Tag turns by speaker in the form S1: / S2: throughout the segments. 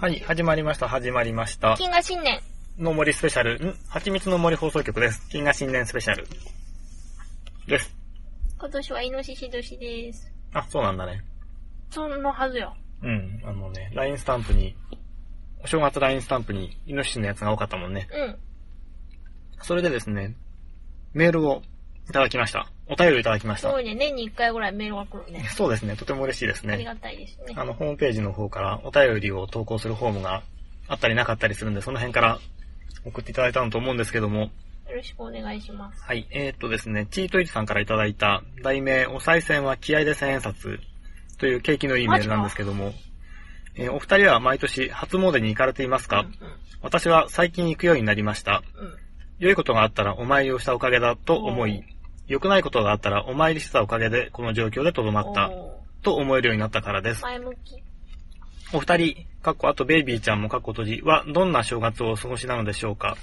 S1: はい、始まりました、始まりました。
S2: 金河新年。
S1: の森スペシャル、ん蜂蜜の森放送局です。金河新年スペシャル。です。
S2: 今年はイノシシ年です。
S1: あ、そうなんだね。
S2: そのはずよ。
S1: うん、あのね、LINE スタンプに、お正月 LINE スタンプに、イノシシのやつが多かったもんね。
S2: うん。
S1: それでですね、メールをいただきました。お便りをいただきまし
S2: す
S1: た
S2: ご。いね。年に1回ぐらいメールが来るね。
S1: そうですね、とても嬉しいです
S2: あり
S1: ね。
S2: がたいですね。
S1: あの、ホームページの方からお便りを投稿するフォームがあったりなかったりするんで、その辺から送っていただいたのと思うんですけども、
S2: よろしくお願いします。
S1: はい、えーっとですね、チートイチさんからいただいた、題名、お賽銭は気合で千円札という景気のいいメールなんですけども、えーお二人は毎年初詣に行かれていますか、
S2: うん
S1: 私は最近行くようになりました。
S2: うん。うん。
S1: 良いことがあったらお参りをしたおかげだと思い、良くないことがあったらお参りしたおかげでこの状況でとどまった
S2: お
S1: と思えるようになったからで
S2: ー
S1: す。
S2: 前向き。
S1: お二人、かっこあとベイビーちゃんもかっこ閉じはどんな正月をお過ごしなのでしょうか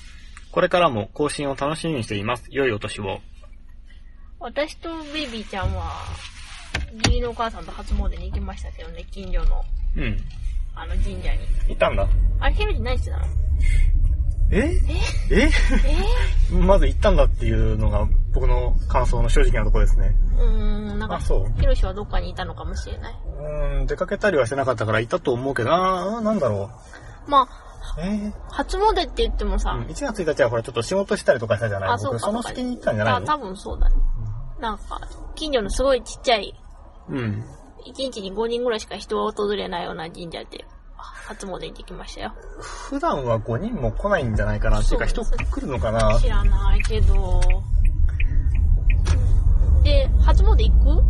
S1: これからも更新を楽しみにしています。良いお年を。
S2: 私とベイビーちゃんは、義理のお母さんと初詣に行きましたけどね、近所の、
S1: うん。
S2: あの神社に。
S1: いたんだ。
S2: あれ、ヘルジ何してたの
S1: ええ
S2: え
S1: まず行ったんだっていうのが僕の感想の正直なとこですね。
S2: ー、うーん、なんか、
S1: あ、そう。
S2: ヘルシはどっかにいたのかもしれない。
S1: うーん、出かけたりはしてなかったから行ったと思うけど、あー、なんだろ
S2: まあ、
S1: う。えー、
S2: 初詣って言ってもさ、
S1: うん1月1日はほらちょっと仕事したりとかしたじゃない
S2: あそうか
S1: 僕その隙に行ったんじゃない
S2: あ、多分そうだね。なんか、近所のすごいちっちゃい、
S1: のうん。
S2: 1日に5人ぐらいしか人は訪れないような神社で、あ初詣行ってきましたよ。
S1: 普段は5人も来ないんじゃないかな。っていうか
S2: そ
S1: 人
S2: うそう
S1: 来るのかな
S2: 知らないけど。で、初詣行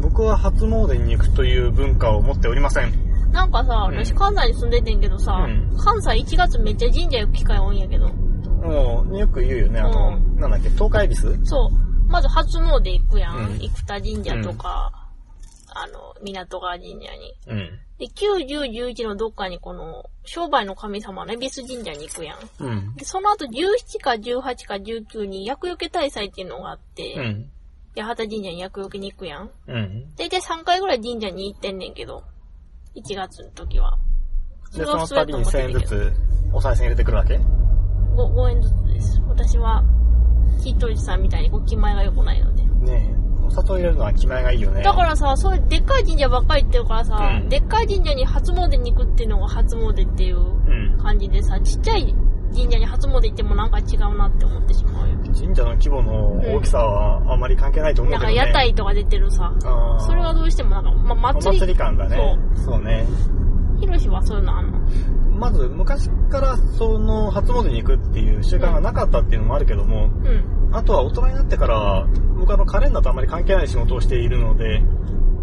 S1: 僕は初詣に行くという文化を持っておりません。
S2: くなんかさ、
S1: うん
S2: 私関西に住んでてんけどさ、
S1: うん
S2: 関西1月めっちゃ神社行く機会多いんやけど。
S1: もう、よく言うよね、あの、
S2: う
S1: なんだっけ、東海恵比寿
S2: そう。まず初詣行くやん。
S1: うん
S2: 生田神社とか、あの、港川神社に。
S1: うん。
S2: で、9、10、11のどっかにこの、商売の神様の恵比寿神社に行くやん。
S1: うん。
S2: で、その後17か18か19に厄除け大祭っていうのがあって、
S1: うん。
S2: 八幡神社に厄除けに行くやん。
S1: うん。
S2: だいたい3回ぐらい神社に行ってんねんけど、1月の時は。
S1: で、そ
S2: は
S1: の
S2: 普通や
S1: 度に1000円ずつお賽銭入れてくるわけ
S2: 5, 5円ずつです。私は、ひとりさんみたいにこう気前が良くないので。
S1: ねえ、お砂糖入れるのは気前がいいよね。
S2: だからさ、そういうでっかい神社ばっかり行ってるからさ、
S1: うん
S2: でっかい神社に初詣に行くっていうのが初詣っていう
S1: うん。
S2: 感じでさ、ちっちゃい神社に初�詣行ってもなんか違うなって思ってしまうよ。
S1: 神社の規模の大きさはあまり関係ないと思う
S2: な
S1: け
S2: ん
S1: ど
S2: か
S1: ね。
S2: 屋台とか出てるさ、
S1: あー
S2: それはどうしてもなんか、まあ、
S1: お
S2: 祭
S1: 祭
S2: り
S1: り、感だね。そうね。
S2: ひろしはそういうのあんの
S1: まず、昔からその初詣に行くっていう習慣がなかったっていうのもあるけども、
S2: うん。
S1: あとは大人になってから、僕あのカレンダーとあまり関係ない仕事をしているので、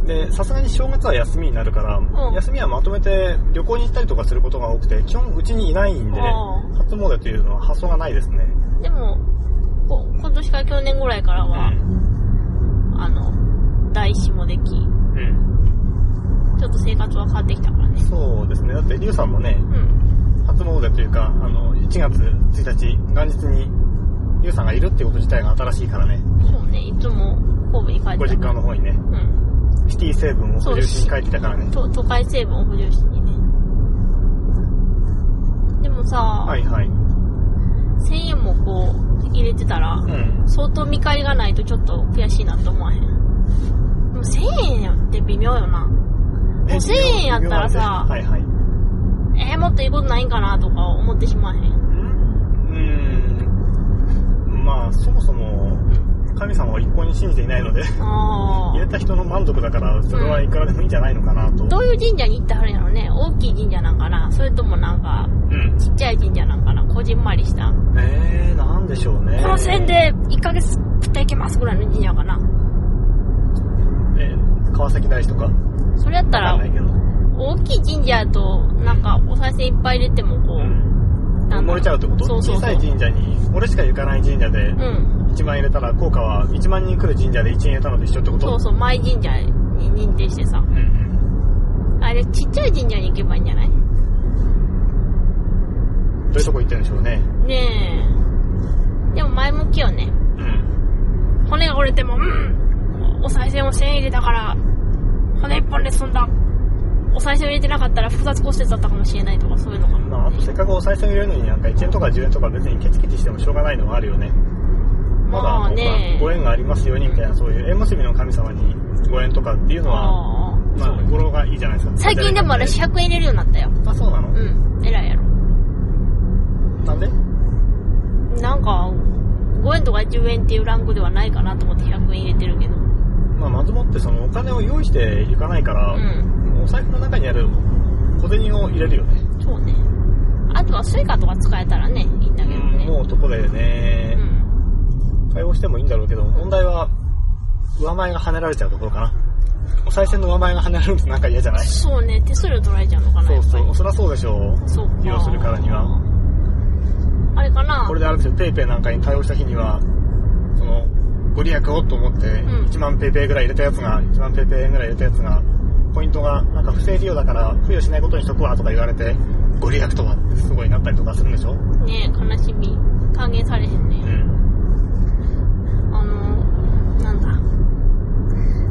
S1: で、さすがに正月は休みになるから、
S2: ん
S1: 休みはまとめて旅行に行ったりとかすることが多くて、基本うちにいないんでね、
S2: あー
S1: 初詣というのは発想がないですね。
S2: でも、こ今年から去年ぐらいからは、あの、大師もでき、ち
S1: うん。うん。
S2: ょっと生活は変わってきたからね。
S1: そうですね。だって、リュウさんもね
S2: う、ん。
S1: 初詣というか、あの、1月1日、元日に、リュウさんがいるっていうこと自体が新しいからね、
S2: そうね、いつも神戸に帰
S1: ご
S2: って
S1: 実
S2: た。
S1: 家の方にね、
S2: うん。
S1: シティ成分を補充しに帰ってきたからね。
S2: と都会成分を補充しにね。でもさ、
S1: はいはい。う
S2: 1000円もこう、入れてたら、
S1: ん。
S2: 相当見返りがないとちょっと悔しいなと思わへん。でも1000円やって微妙よな。
S1: え
S2: 5000円やったらさ
S1: はいはい。
S2: えー、もっといいことないんかなとか思ってしまえへん。
S1: うーんまあそもそも神様を一向に信じていないの で
S2: あ
S1: 入れた人の満足だからそれはいくらでもいいんじゃないのかなと、
S2: あ。どういう神社に行ってはるんやろね大きい神社なんかなそれともなんか、
S1: うん
S2: ちっちゃい神社なんかなこじんまりした。
S1: えー、なんでしょうね
S2: この線で1ヶ月食っていけますぐらいの神社かな
S1: えー川崎大師とかわ
S2: それやった
S1: からんない、けど、
S2: 大きい神社やと、なんか、お賽銭いっぱい入れてもこう、
S1: う、
S2: なん
S1: 漏
S2: んだろ
S1: れちゃうってこと
S2: そうそう
S1: 小
S2: そう
S1: さい神社に俺しか行かない神社で
S2: うん。
S1: 1万円入れたら効果は1万人来る神社で1円入れたのと一緒ってこと
S2: そうそう、前神社に認定してさ。
S1: うんうん
S2: あれ、ちっちゃい神社に行けばいいんじゃない
S1: どういうとこ行ってるんでしょうね
S2: ねえ。でも前向きよね。
S1: うん
S2: 骨が折れても、うん、お賽銭を1000円入れたから、骨一本で済んだ。お賽銭を入れてなかったら複雑骨折だったかもしれないとか、そういうのか
S1: ま
S2: も。
S1: あ、あとせっかくお賽銭を入れるのになんか1円とか10円とか別にケチケチしてもしょうがないのはあるよね。まだ、
S2: まあね
S1: ご縁がありますようにみたいな、そういう縁結びの神様にご縁とかっていうのは、
S2: あー
S1: まあ、語呂がいいじゃないですか。
S2: 最近でも私100円入れるようになったよ。
S1: あ、そうなの、
S2: うん。偉いやろ。
S1: なんで
S2: なんか、5円とか10円っていうランクではないかなと思って100円入れてるけど。
S1: まあ、まずもってそのお金を用意していかないから、
S2: う
S1: お財布の中にある小銭を入れるよね。
S2: ん。そうね。あとはスイカとか使えたらね、いいんだけどね。
S1: もうとこでね
S2: う、ん。
S1: 対応してもいいんだろうけど、問題は、上前が跳ねられちゃうところかな。お賽銭の上前が跳ねられるとなんか嫌じゃない
S2: そうね、手数料取られちゃうのかな、
S1: そう
S2: やっぱ
S1: そう、
S2: り
S1: そりゃそうでしょう。
S2: そうか。
S1: 利用するからには。
S2: あれかな
S1: これである程度ペイペイなんかに対応した日には、その、ご利益をと思って、
S2: ん
S1: 1万ペイペイぐらい入れたやつが、1万ペイペイぐらい入れたやつが、ポイントが、なんか不正利用だから、付与しないことにしとくわとか言われて、ご利益とはってすごいなったりとかするんでしょ
S2: ね悲しみ。還元されへんね。
S1: ん。
S2: あの、なんだ。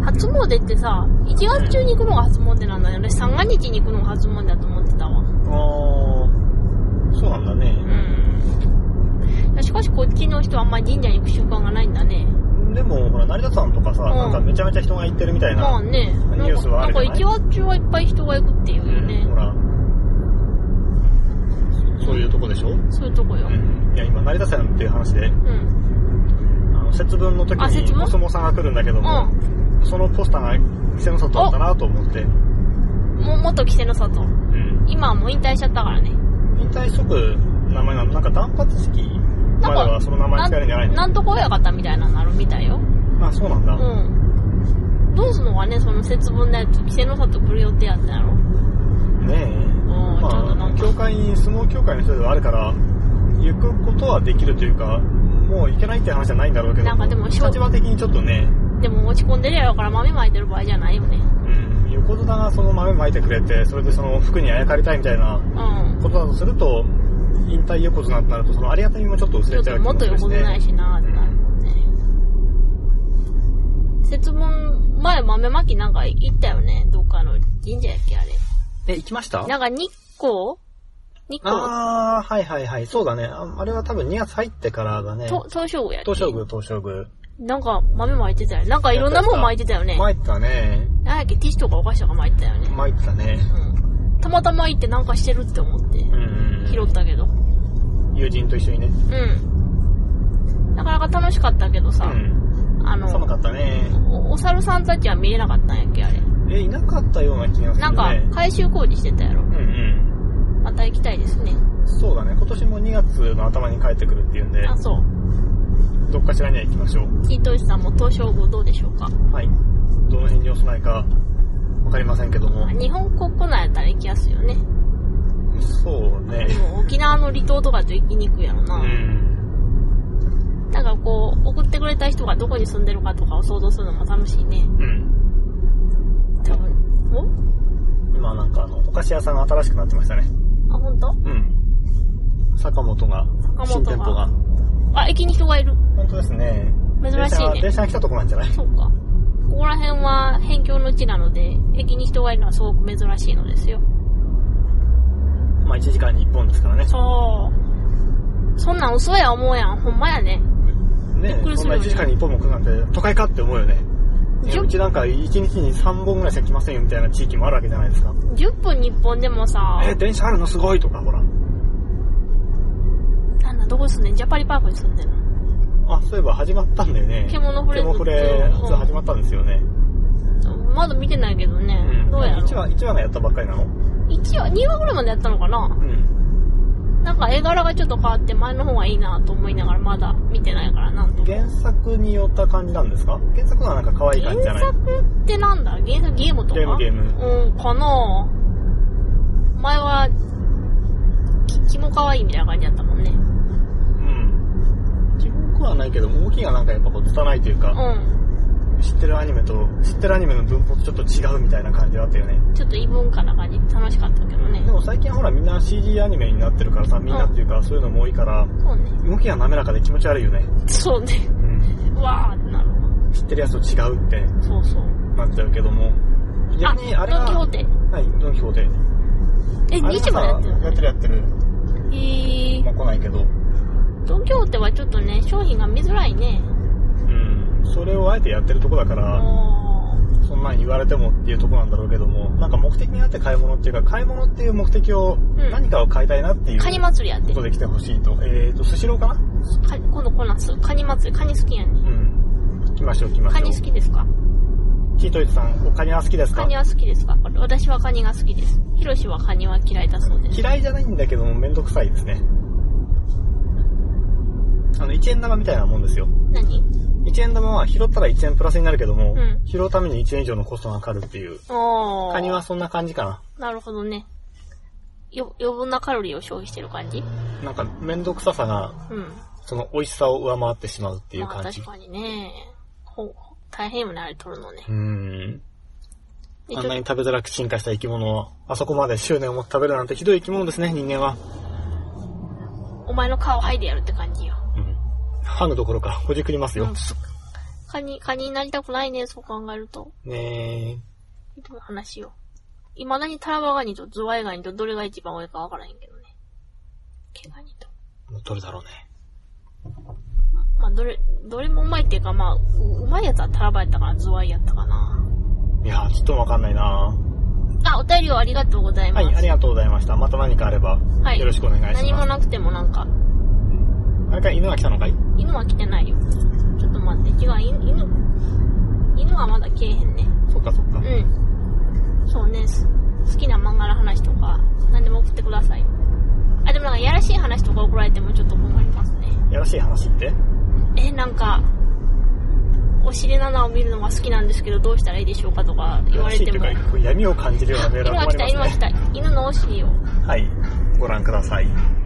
S2: 初詣ってさ、1月中に行くのが初詣なんだよね。私三が日に行くのが初詣だと思ってたわ。
S1: あー、そうなんだ
S2: う
S1: ね。
S2: ん。しかしこっちの人はあんまり神社に行く習慣がないんだね。
S1: でも、ほら、成田山とかさ、
S2: うん
S1: なんかめちゃめちゃ人が行ってるみたい
S2: ま
S1: な。
S2: あね。なん
S1: ニュース
S2: か、
S1: はあ
S2: なん
S1: る
S2: か1
S1: じゃない
S2: 月中はいっぱい人が行くっていうよね
S1: ほ。ら、そういうとこでしょ
S2: そういうとこよ。
S1: うん。いや、今、成田山っていう話で、
S2: うん。
S1: あの、節分の時
S2: あ節
S1: に、
S2: 分
S1: お相撲さんが来るんだけど
S2: う。
S1: も、そのポスターが店の外だったなと思って、うん
S2: も、元着ての里。
S1: ん、
S2: 今はもう引退しちゃったからね。
S1: 引退即名前なのなんか断髪式まではその名前使えるんじゃないの
S2: なんとか親方みたいなのあるみたいよ。
S1: あそうなんだ、
S2: うん。どうすんのかね、その節分のやつ、稀勢の里来る予定やったんやろ。うん、
S1: ねえ
S2: ちょっとな
S1: ま
S2: ん
S1: あ
S2: か。
S1: 教会に相撲協会の人ではあるから行くことはできるというかもう行けないって話じゃないんだろうけど
S2: なんかでもしょ
S1: 立場的にちょっとね、
S2: でも落ち込んでるやろから豆まいてる場合じゃないよね。
S1: うん、横綱がその豆まいてくれてそれでその服にあやかりたいみたいな
S2: うん。
S1: ことだとすると引退横綱ってなるとそのありがたみもちょっと薄
S2: ちょ
S1: れ
S2: っ
S1: ちゃ
S2: と
S1: う気
S2: もっ
S1: も
S2: と
S1: する
S2: 横
S1: し
S2: でな
S1: ね
S2: いしなってなるもんね。節分、前豆まきなんか行ったよね。どっかの神社やっけ、あれ。
S1: え行きました
S2: なんか日光日光
S1: ああ、はいはいはい。そうだね。ああれは多分2月入ってからだね。
S2: と、東照宮やっけ
S1: 東照宮、東照宮。
S2: なんか豆まいてたよね。なんかいろんなもんまいてたよね。
S1: 参ったね。
S2: なんやっけ、ティッシュとかお菓子とかまいてたよね。
S1: 参ったね。
S2: うん。たまたま行ってなんかしてるって思って
S1: う、ん。
S2: 拾ったけど。
S1: 友人と一緒にね。
S2: うん。なかなか楽しかったけど
S1: う
S2: さ、
S1: ん。
S2: あの、
S1: 寒かったね。
S2: おお猿さんたちは見えなかったんやっけ、あれ。
S1: え、いなかったような気がするね。
S2: なんか、改修工事してたやろ。
S1: うんう
S2: また行きたいですね。
S1: ん。そうだね。今年も2月の頭に帰ってくるっていうんで、
S2: あ、そう。
S1: どっかしらには行きましょう。
S2: キートイさんも東照宮どうでしょうか。
S1: はい。どの辺にお住まいか、わかりませんけども。
S2: 日本国内やったら行きやすいよね。
S1: そうね
S2: で。も沖縄の離島とかと行きにくいやろ
S1: う
S2: な。
S1: ん。
S2: なんかこう、送ってくれた人がどこに住んでるかとかを想像するのも楽しいね。
S1: うん。
S2: 多分。
S1: 今なんかあの、お菓子屋さんが新しくなってましたね。
S2: おあ、ほんと
S1: うん。坂本が、
S2: 坂本が
S1: 新店舗が。
S2: あ、駅に人がいる。
S1: 本当ですね。
S2: 珍しいね
S1: 電車電車が来たとこなんじゃない
S2: そうか。ここら辺は辺境の地なので、駅に人がいるのはすごく珍しいのですよ。
S1: まあ1時間に1本ですからね。
S2: そう。そんなん嘘や思うやん。ほんまやね。
S1: ね
S2: びっくりす
S1: そん
S2: る
S1: な
S2: よ
S1: 1
S2: ね
S1: 時間に1本も来るなんて、都会かって思うよね。いや
S2: じゅ
S1: うちなんか1日に3本ぐらいしか来ませんよみたいな地域もあるわけじゃないですか。
S2: 10分日本でもさ、
S1: え、電車あるのすごいとか、ほら。
S2: なんだ、どこに住んでんジャパリパークに住んでんの
S1: あ、そういえば始まったんだよね。
S2: 獣フレン
S1: 獣
S2: ズ
S1: フレ
S2: うん
S1: そう始まったんですよね。
S2: まだ見てないけどね。どうやろ
S1: 1話、一話がやったばっかりなの
S2: 一話、2話ぐらいまでやったのかな
S1: うん。
S2: なんか絵柄がちょっと変わって前の方がいいなと思いながらまだ見てないからなんとも。
S1: 原作によった感じなんですか原作はなんか可愛い感じじゃ
S2: 原
S1: ない
S2: 作ってなんだ原作ゲームとか
S1: ゲームゲーム。
S2: うん、かなぁ。前は、き気も可愛いみたいな感じだったもんね。
S1: うん。記憶はないけど、動きがなんかやっぱこう、拙いというか。
S2: う
S1: 知ってるアニメと、知ってるアニメの文法とちょっと違うみたいな感じだったよね。
S2: ん。ちょっと異文化な感じ、楽しかったけどね
S1: で。も最近ほらみんな CG アニメになってるからさ、みんなっていうかそういうのも多いから、
S2: そうね。
S1: 動きが滑らかで気持ち悪いよね。
S2: そうね。
S1: うん。
S2: わーってなるわ。
S1: 知ってるやつと違うって
S2: そうそう。
S1: なっちゃうけども。逆にあれ
S2: ドン・キホ
S1: は
S2: ー、テ。
S1: はい、ドンキホーテ。
S2: え、
S1: あれ
S2: 市場やってる
S1: やってるやってる。
S2: へえ
S1: まあ来ないけど。
S2: 東京ってはちょっとね、商品が見づらいね。
S1: うん。それをあえてやってるとこだから、
S2: あ
S1: そんなん言われてもっていうとこなんだろうけども、なんか目的にあって買い物っていうか、買い物っていう目的を、
S2: ん
S1: 何かを買いたいなってい
S2: ー
S1: う
S2: カニ祭りやって
S1: こと
S2: る。
S1: で来てほしいと。えーと、スシローかな
S2: カニ今度こんなんすカニ祭り、カニ好きやね
S1: う。ん。来ましょう、来ま
S2: カ
S1: しょ
S2: ニ好
S1: う。
S2: きですか
S1: キートイツさん、おカニは好きです
S2: カ
S1: か
S2: ニは好きですか私はカニが好きです。ヒロシはカニは嫌いだそうです。
S1: 嫌いじゃないんだけども、めんどくさいですね。あの、1円玉みたいなもんですよ。
S2: 何
S1: 1円玉は拾ったら1円プラスになるけども、
S2: うん
S1: 拾うために1円以上のコストがかかるっていう。
S2: ああ。
S1: カニはそんな感じかな。
S2: なるほどね。よ、余分なカロリーを消費してる感じ
S1: なんか、めんどくささが、
S2: うん。っ
S1: その美味しさを上回ってしまうっていう
S2: ま
S1: 感
S2: あ
S1: じ。
S2: 確かにね。ほう、大変よね、あれ取るのね。
S1: うーん。
S2: でちょ
S1: あ
S2: っ
S1: ん
S2: と
S1: なに食べづらく進化した生き物を、あそこまで執念を持って食べるなんてひどい生き物ですね、人間は。
S2: お前の顔剥いでやるって感じよ。
S1: うん。歯のところか、ほじくります
S2: う
S1: よ
S2: ん。。カニ、カニになりたくないね、そう考えると。
S1: ね
S2: どういう話よ。未だにタラバガニとズワイガニとどれが一番多いかわからへんけどね。毛ガニと。
S1: え、どれだろうね。
S2: まあ、どれ、どれもうまいっていうか、まあ、ううまいやつはタラバやったから、ズワイやったかな。
S1: いやー、ちょっとわかんないな
S2: あ、お便りをありがとうございま
S1: は
S2: す。
S1: い、ありがとうございました。また何かあれば、
S2: はい
S1: よろしくお願いします。
S2: 何もなくてもなんか、
S1: あれか、犬が来たのかい
S2: 犬は来てないよ。ちょっと待って、違う、犬、犬犬はまだ来えへんね。
S1: そっかそっか。
S2: うん。そうね、す好きな漫画の話とか、何でも送ってください。あ、でもなんか、やらしい話とか送られてもちょっと困りますね。
S1: やらしい話って
S2: え、なんか、お尻の穴を見るのが好きなんですけど、どうしたらいいでしょうかとか言われても。
S1: やらしいっていうか、闇を感じるようなメール
S2: 犬
S1: は困
S2: が来
S1: り
S2: た、
S1: ます
S2: 犬が来
S1: ね。
S2: た。犬のお尻を。
S1: はい、ご覧ください。